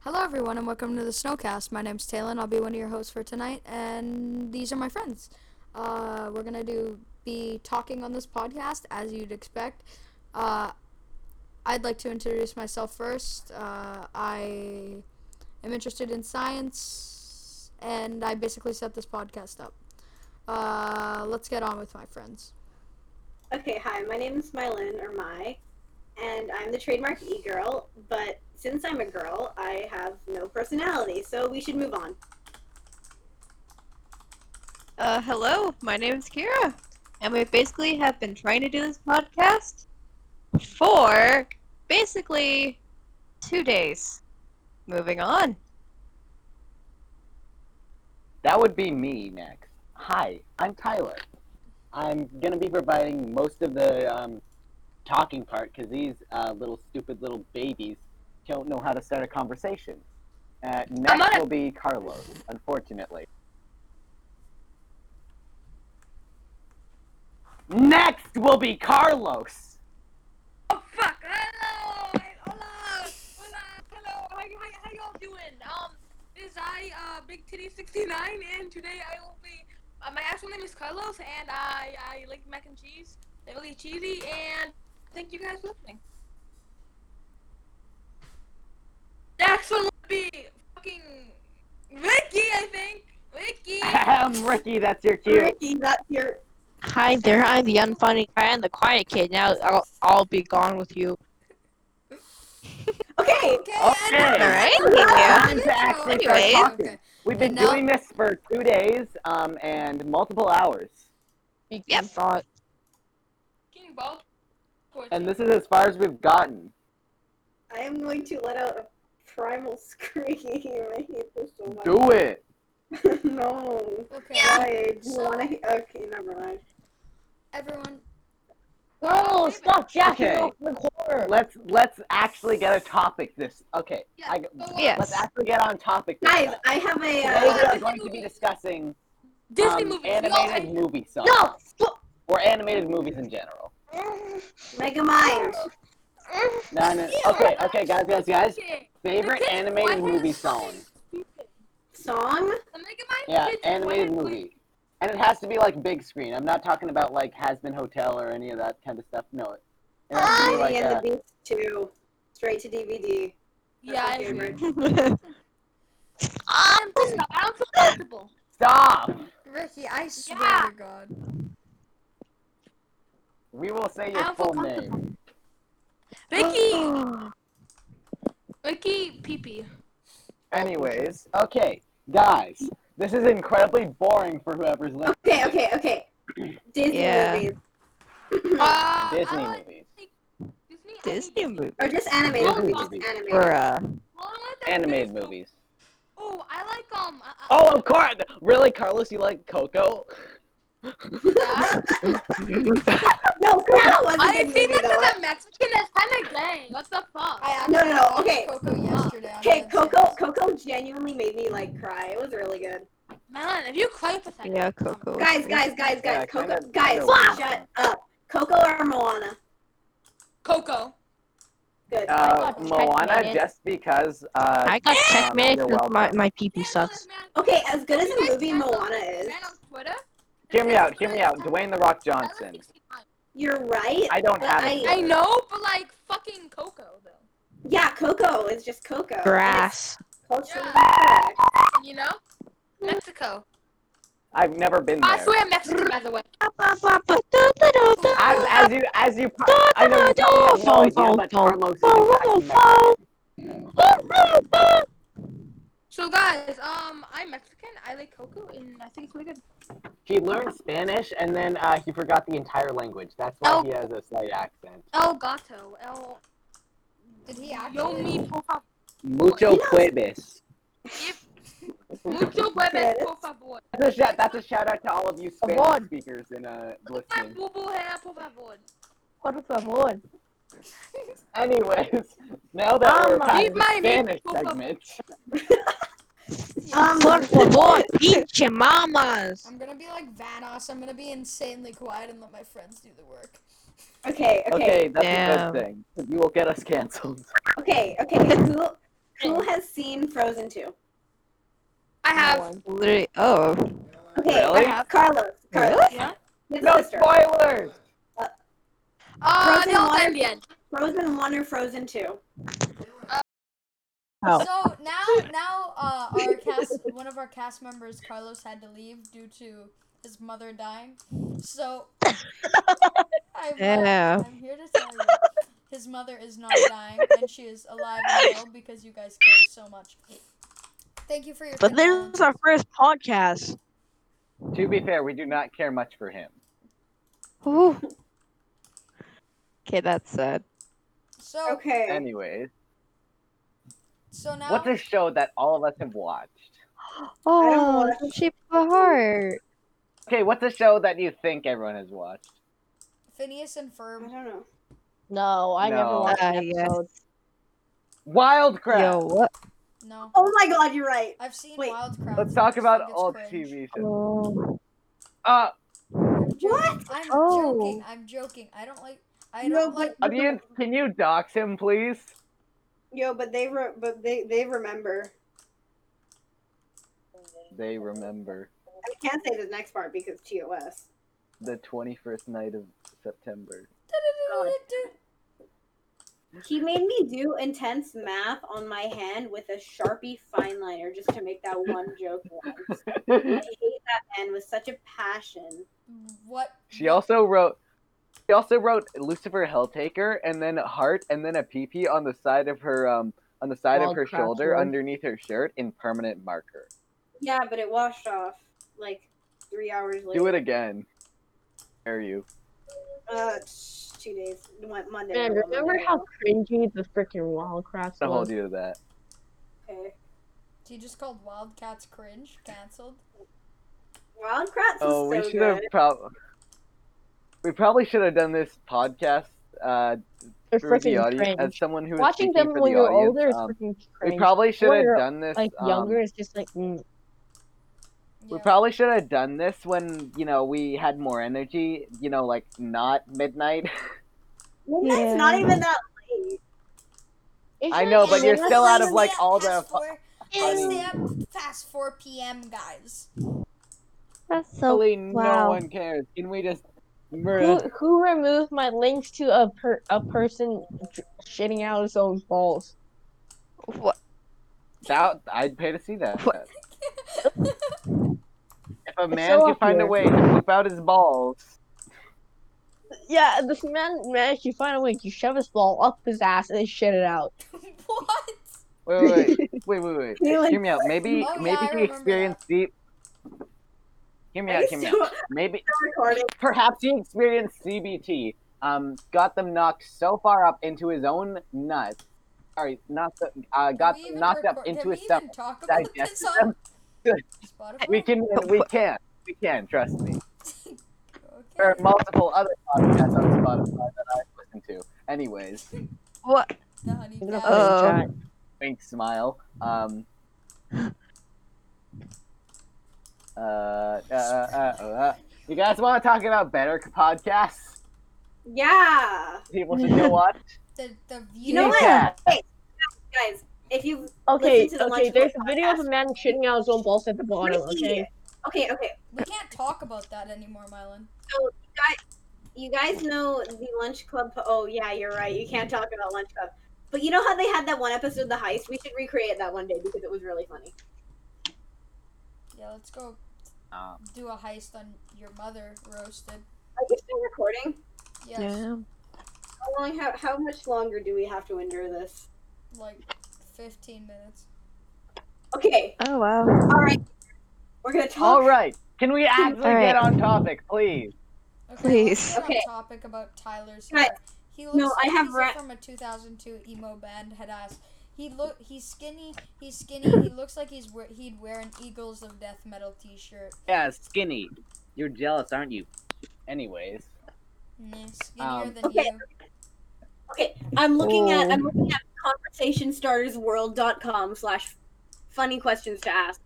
Hello, everyone, and welcome to the Snowcast. My name's Taylor, and I'll be one of your hosts for tonight. And these are my friends. Uh, we're gonna do be talking on this podcast as you'd expect. Uh, I'd like to introduce myself first. Uh, I am interested in science, and I basically set this podcast up. Uh, let's get on with my friends. Okay, hi, my name is Mylan, or Mai, and I'm the trademark e girl, but since I'm a girl, I have no personality, so we should move on. Uh, hello, my name is Kira, and we basically have been trying to do this podcast for basically two days. Moving on. That would be me next. Hi, I'm Tyler. I'm going to be providing most of the um, talking part because these uh, little stupid little babies don't know how to start a conversation. Uh, next on it. will be Carlos, unfortunately. Next will be Carlos! Oh fuck! Hello! Hola! Hola! Hello! How you, how, how y'all doing? Um, this is I, uh, Big Titty 69, and today I will be. Uh, my actual name is Carlos, and I I like mac and cheese. They're really cheesy, and thank you guys for listening. Next one will be fucking Ricky, I think. Ricky. Ahem, Ricky, that's your cue. Ricky, that's your. Hi there, I'm the unfunny guy and the quiet kid. Now I'll, I'll be gone with you. Okay, Okay. Alright. Time to actually start Anyways. talking. We've been And now- doing this for two days um, and multiple hours. Speak Yep. your thought. Fucking ball. And this is as far as we've gotten. I am going to let out a primal scream. I hate this so much. Do it. no. Okay, Why? Do you So- want to. Okay, never mind. everyone. No, stop jacking Okay. off the corner. Let's let's actually get a topic. This okay. Yeah, I, so, uh, Yes. Let's actually get on topic. This Guys, time. I have a. Today we Uh, are going to be discussing Disney um, movies. We all animated movie songs No! stop. or animated movies in general. Mega Mind. No, no, okay, okay, guys, guys, guys. Okay. Favorite The kids- why animated is movie it song. fucking stupid? Song? I'm making my Yeah, kids- why animated is- movie. And it has to be like big screen. I'm not talking about like Has-Been Hotel or any of that kind of stuff. No. It, it has to be Beauty like and a- the Beast 2. Straight to DVD. Yeah, I That's my agree. favorite. I don't feel- I don't feel comfortable. Stop! Ricky, I swear Yeah. to God. We will say I your don't feel full comfortable. name. Ricky, Ricky, pee pee. Anyways, okay, guys, this is incredibly boring for whoever's listening. Okay, okay, okay. Disney Yeah. movies. Hmm. Uh, Disney I like movies. Disney. I Disney like- movie. Or just animated Disney movies. movies. Animated. Or, uh, Well, I like that Animated Disney- movies. Oh, I like um. I- I- Oh, of course! Really, Carlos, you like Coco? Uh, Yeah. No, Coco was I a didn't good see movie that though. because I'm Mexican. That's kind of gay. What the fuck? I No, actually no, no, watched okay. Coco yesterday. on Okay, Netflix. Coco, Coco genuinely made me like cry. It was really good. Man, if you cry for a second. Oh, yeah, um, Coco. Guys, guys, guys, guys, Yeah, Coco, kinda- guys, kinda weird. shut up. Coco or Moana? Coco. Good. Uh, got Moana, checkmated. just because. Uh, I got um, checkmated you're because my, welcome. my PP Cancel sucks. this man. okay, as good as the movie Cancel Moana this is, Man on Twitter. Hear me out, hear me out. Dwayne The Rock I like Johnson. 69. you're right. I don't have it. I know, but like fucking Coco though. Yeah, Coco is just Coco. Grass. It's culturally correct. You know, Mexico. I've never been I there. swear, Mexico. By the way. As, as you, as you, pro- I know you probably have no idea, but Carlos is exactly Mexican. So guys, um, I'm Mexican. I like Coco, and I think it's really good. He learned Spanish and then uh, he forgot the entire language. That's why Oh. he has a slight accent. El Gato. El. Did he Yo actually? mi por favor. Mucho You know- cuebes. Mucho Yeah, bebes, that's- por favor. That's a, shout, that's a shout out to all of you Spanish Award. speakers in uh, My listening. bubu hair, por favor. Anyways, now that we're Mama. past Leave the my Spanish meat. segment, Um, Por favor, pinche mamas. I'm gonna be like Vanos. I'm gonna be insanely quiet and let my friends do the work. okay, okay, okay, that's the Damn. good thing. You will get us canceled. okay, okay. Who, Who has seen Frozen 2? I have. Literally, oh. Okay, Really? Carlos. Carlos. Yeah. His No sister. spoilers. Uh, Frozen no, one. I'm the end. Frozen 1 or Frozen 2? Oh. So now, now uh, our cast, one of our cast members, Carlos, had to leave due to his mother dying. So I'm, uh, Yeah. I'm here to tell you, his mother is not dying, and she is alive and well because you guys care so much. Thank you for your. But this condolence. is our first podcast. To be fair, we do not care much for him. Okay, that's sad. so Okay. Anyways, so now. what's a show that all of us have watched? don't Oh, wanna- shape of a heart. Okay, what's a show that you think everyone has watched? Phineas and I Ferb. don't know. No, I never No. watched Ah, an yes. episode. Wild Yo, Crowd. what? No, Oh my god, you're right. I've seen Wait, Wild Crowd. Let's I talk just about think it's all cringe. TV shows. Oh. Uh, I'm joking. What? I'm Oh. joking. I'm joking. I don't like. I No, don't but- like. audience, can you dox him, please? Yo, but they re- but they they remember. They remember I can't say the next part because TOS. the 21st night of September. He made me do intense math on my hand with a Sharpie fine liner just to make that one joke once. I hate that man with such a passion. What? She also wrote. She also wrote Lucifer Helltaker and then heart and then a PP on the side of her um on the side of Wild her Crowd shoulder Tour. underneath her shirt in permanent marker. Yeah, but it washed off like three hours later. Do it again. Dare you? Uh, t- two days. It went Monday. Man, it went remember Monday. how cringy the freaking Wildcrafts I'll was? hold you to that. Okay. He just called Wildcats cringe. Cancelled. Wild Kratz Oh, is we so should have good. probably. We probably should have done this podcast uh, They're for the freaking audience as cringe. someone who is Watching speaking them for when the you're audience, older is um, freaking we cringe. probably should have you're, done this. like um, younger is just like mm, Yeah. We probably should have done this when you know we had more energy. You know, like not midnight. Midnight's Yeah. not even that late. it's I not know, but even you're that- still out of Stay like up all the. past fu- four- Gotta funny- stay up past 4 p.m., guys. That's so. Really, Wow. no one cares. Can we just? who, who removed my links to a per, a person j- shitting out his own balls. What? That I'd pay to see that. What? If a It's man so can find a awkward. way to poop out his balls, Yeah, this man managed to find a way to shove his ball up his ass and then shit it out. what? wait, wait, wait, wait, wait, wait. You're like, Hear me out. Maybe, Oh, yeah, maybe I he remember experienced deep. Hear me Are out. you Hear me out. still Maybe, recording? perhaps he experienced CBT. Um, got them knocked so far up into his own nuts. Sorry, not the, uh, got Did we them even knocked up record- into Did his we even stomach. talk about this Digested on them. Spotify? We can, we can, we can. Trust me. There are Okay. multiple other podcasts on Spotify that I listen to. Anyways, What? The honey Even if cat. I Uh, didn't Oh. try. wink, smile. Um. Uh, uh, uh, uh, uh. You guys want to talk about better podcasts? Yeah. People should go watch. the, the view. You know what? Yeah. Hey, guys, if you Okay, Listen to the okay. lunch There's podcast. a video of a man shitting out his own balls at the bottom. Okay. okay, okay, We can't talk about that anymore, Mylan. you guys know the Lunch Club. po- Oh yeah, you're right. You can't talk about Lunch Club. But you know how they had that one episode, the heist. We should recreate that one day because it was really funny. Yeah, let's go Um, do a heist on your mother roasted. Are you still recording? Yes. How long? How, how much longer do we have to endure this? Like 15 minutes. Okay, Oh wow. all right. We're gonna talk. all right. Can we actually All right. get on topic, please? Okay, Please. let's get on Okay. topic about Tyler's Guys, hair. He looks no, like I have he's ra- from a 2002 emo band had asked. He look he's skinny, he's skinny. He looks like he's we- he'd wear an Eagles of Death metal t-shirt. Yeah, skinny. You're jealous, aren't you? Anyways, Nah, skinnier Um, than Okay. you. Okay, I'm looking at Oh. I'm looking at conversationstartersworld.com slash funny questions to ask.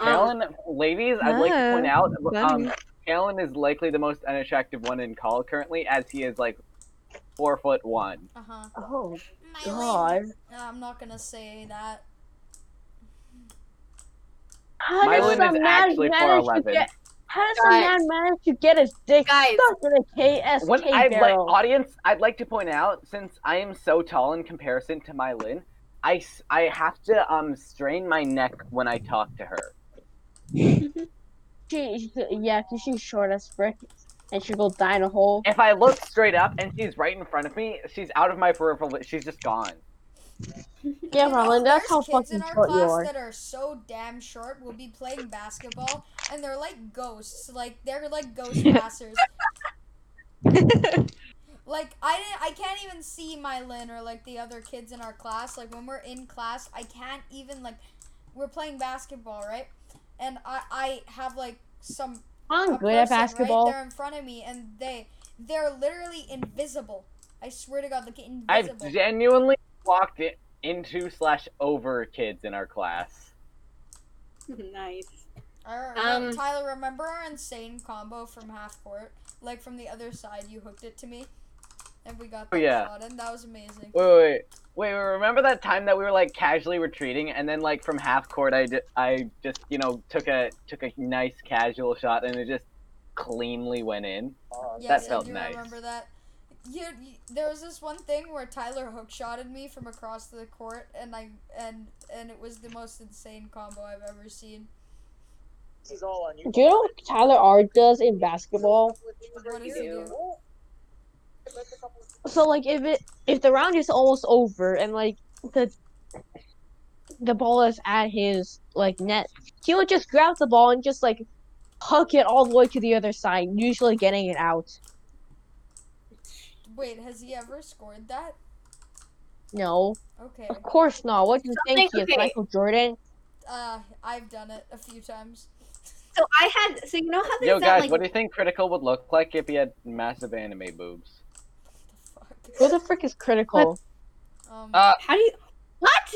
Um, Talon, ladies, I'd like to no, point out, funny. um, Talon is likely the most unattractive one in call currently, as he is like four foot one. Uh huh. Oh My God. I'm not gonna say that. How does Mylan some is man actually manage to 4'11". get- How does some man manage to get his dick Guys. stuck in a KSK When I like barrel? audience, I'd like to point out since I am so tall in comparison to my Lynn, I, s- I have to um strain my neck when I talk to her. She, yeah, 'cause she's short as frick, and she will die in a hole. If I look straight up and she's right in front of me, she's out of my peripheral. vi- She's just gone. Yeah, You know, Marlon, that's there's how kids in fucking our short you class are. that are so damn short will be playing basketball and they're like ghosts. Like they're like ghost passers. Like I didn't, I can't even see my Lynn or like the other kids in our class. Like when we're in class, I can't even like we're playing basketball, right? And I I have like some I'm a good at person basketball. Right there in front of me, and they they're literally invisible. I swear to God, like I've invisible. genuinely walked it into slash over kids in our class. nice. Or, Um, Tyler, remember our insane combo from half court? Like from the other side, you hooked it to me, and we got Oh, that yeah. shot, and that was amazing. Wait, wait, wait. Wait, wait, remember that time that we were like casually retreating, and then like from half court, I, ju- I just you know took a took a nice casual shot, and it just cleanly went in. Yes, felt I do nice. remember that. You, you, there was this one thing where Tyler hookshotted me from across the court, and I and and it was the most insane combo I've ever seen. Do you know what Tyler R does in basketball? What does he do? So like if it if the round is almost over and like the the ball is at his like net, he would just grab the ball and just like hook it all the way to the other side, usually getting it out. Wait, has he ever scored that? No, Okay, of course not. What do you think he is, Something- okay. Michael Jordan? uh, I've done it a few times. So I had. So you know how there's Yo, that guys, like. what do you think Critical would look like if he had massive anime boobs? Who Fuck. the frick is critical? Um, Uh, how do you? What?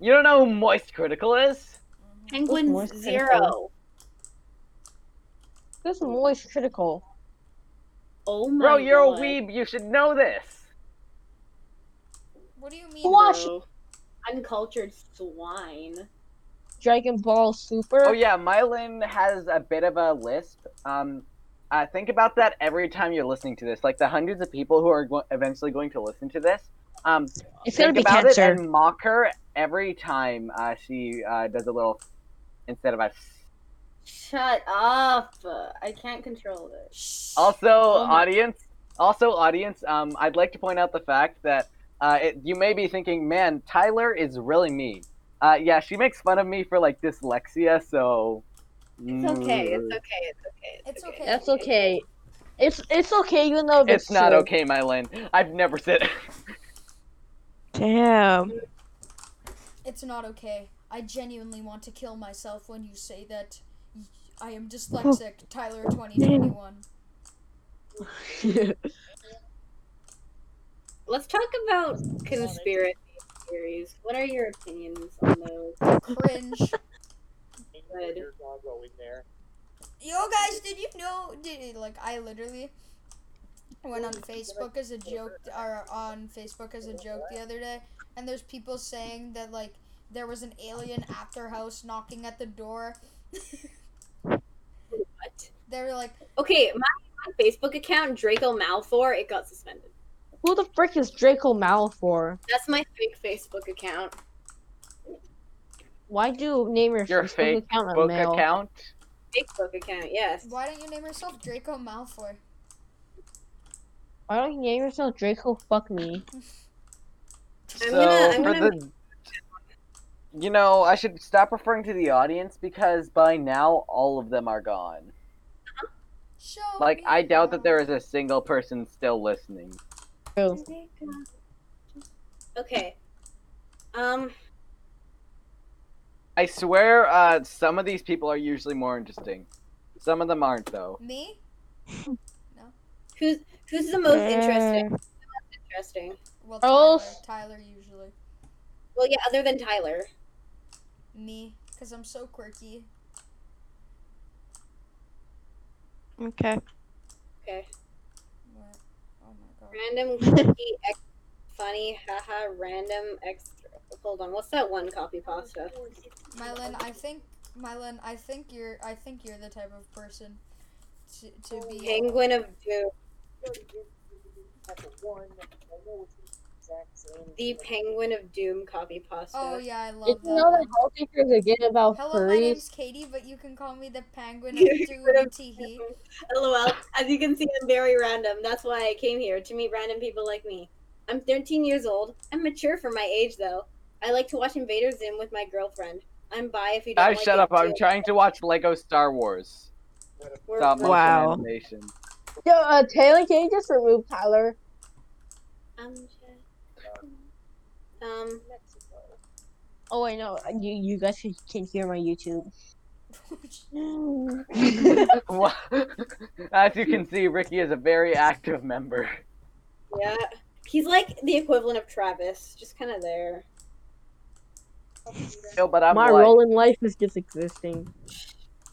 you don't know who Moist Critical is? mhm. more Penguins critical? zero. This moist critical. Oh my. Bro, you're God. a weeb. You should know this. what do you mean? Wash Bro. Uncultured swine. Dragon Ball Super. Oh yeah, Mylan has a bit of a lisp. Um, uh, think about that every time you're listening to this. Like the hundreds of people who are go- eventually going to listen to this. Um, it's gonna think be about cancer. it and mock her every time uh, she uh, does a little instead of a. s- Shut up. I can't control this. Shh. Also, my- audience. Also, audience. Um, I'd like to point out the fact that uh, it, you may be thinking, "Man, Tyler is really mean." Uh, yeah, she makes fun of me for like dyslexia, so. It's okay. It's okay. It's okay. It's okay. That's okay. It's it's okay, even though It's not true. okay, Mylan. I've never said. Damn. It's not okay. I genuinely want to kill myself when you say that. I am dyslexic, Tyler 2021. Let's talk about conspiracy theories. What are your opinions on those? Cringe. Good. Yo guys, did you know? Did like I literally went on Facebook as a joke, or on Facebook as a joke the other day, and there's people saying that like there was an alien at their house knocking at the door. What? They were like, Okay, my, my Facebook account, Draco Malfoy, it got suspended. Who the frick is Draco Malfoy? That's my fake Facebook account. Why do you name your, Your Facebook fake account a book male? account. Facebook account, yes. "Why don't you name yourself Draco Malfoy?" Why don't you name yourself Draco Fuck Me? I'm so gonna- I'm for gonna- the, you know, I should stop referring to the audience because by now all of them are gone. Show Like, me I doubt that there how. is a single person still listening. True. Okay. Um, I swear, uh, some of these people are usually more interesting. Some of them aren't, though. Me? who's who's the most interesting? Interesting. Well, Tyler, Girls? Tyler usually. Well, yeah, other than Tyler. Me, because I'm so quirky. Okay. Okay. What? Oh my god. Random cookie X funny haha random extra. Hold on, what's that one copy pasta? Mylan, I think Mylan, I think you're I think you're the type of person to, Oh, to be Penguin of Doom. The Penguin of Doom copy pasta. Oh yeah, I love Did that. you know that one. Hulk is again about Hello, my furries? name's Katie, but you can call me the Penguin of You Doom could have- Teehee. LOL. As you can see, I'm very random. That's why I came here to meet random people like me. I'm 13 years old. I'm mature for my age, though. I like to watch Invader Zim with my girlfriend. I'm bi if you don't. Guys, like shut it, up. I'm too. trying to watch Lego Star Wars. We're- Stop we're- motion Wow. animation. Yo, uh, Taylor, can you just remove Tyler? Um, um, Oh wait, no, you you guys can- can hear my YouTube. Wha- As you can see, Ricky is a very active member. yeah. He's like the equivalent of Travis, just kind of there. No, but I'm my like, role in life is just existing.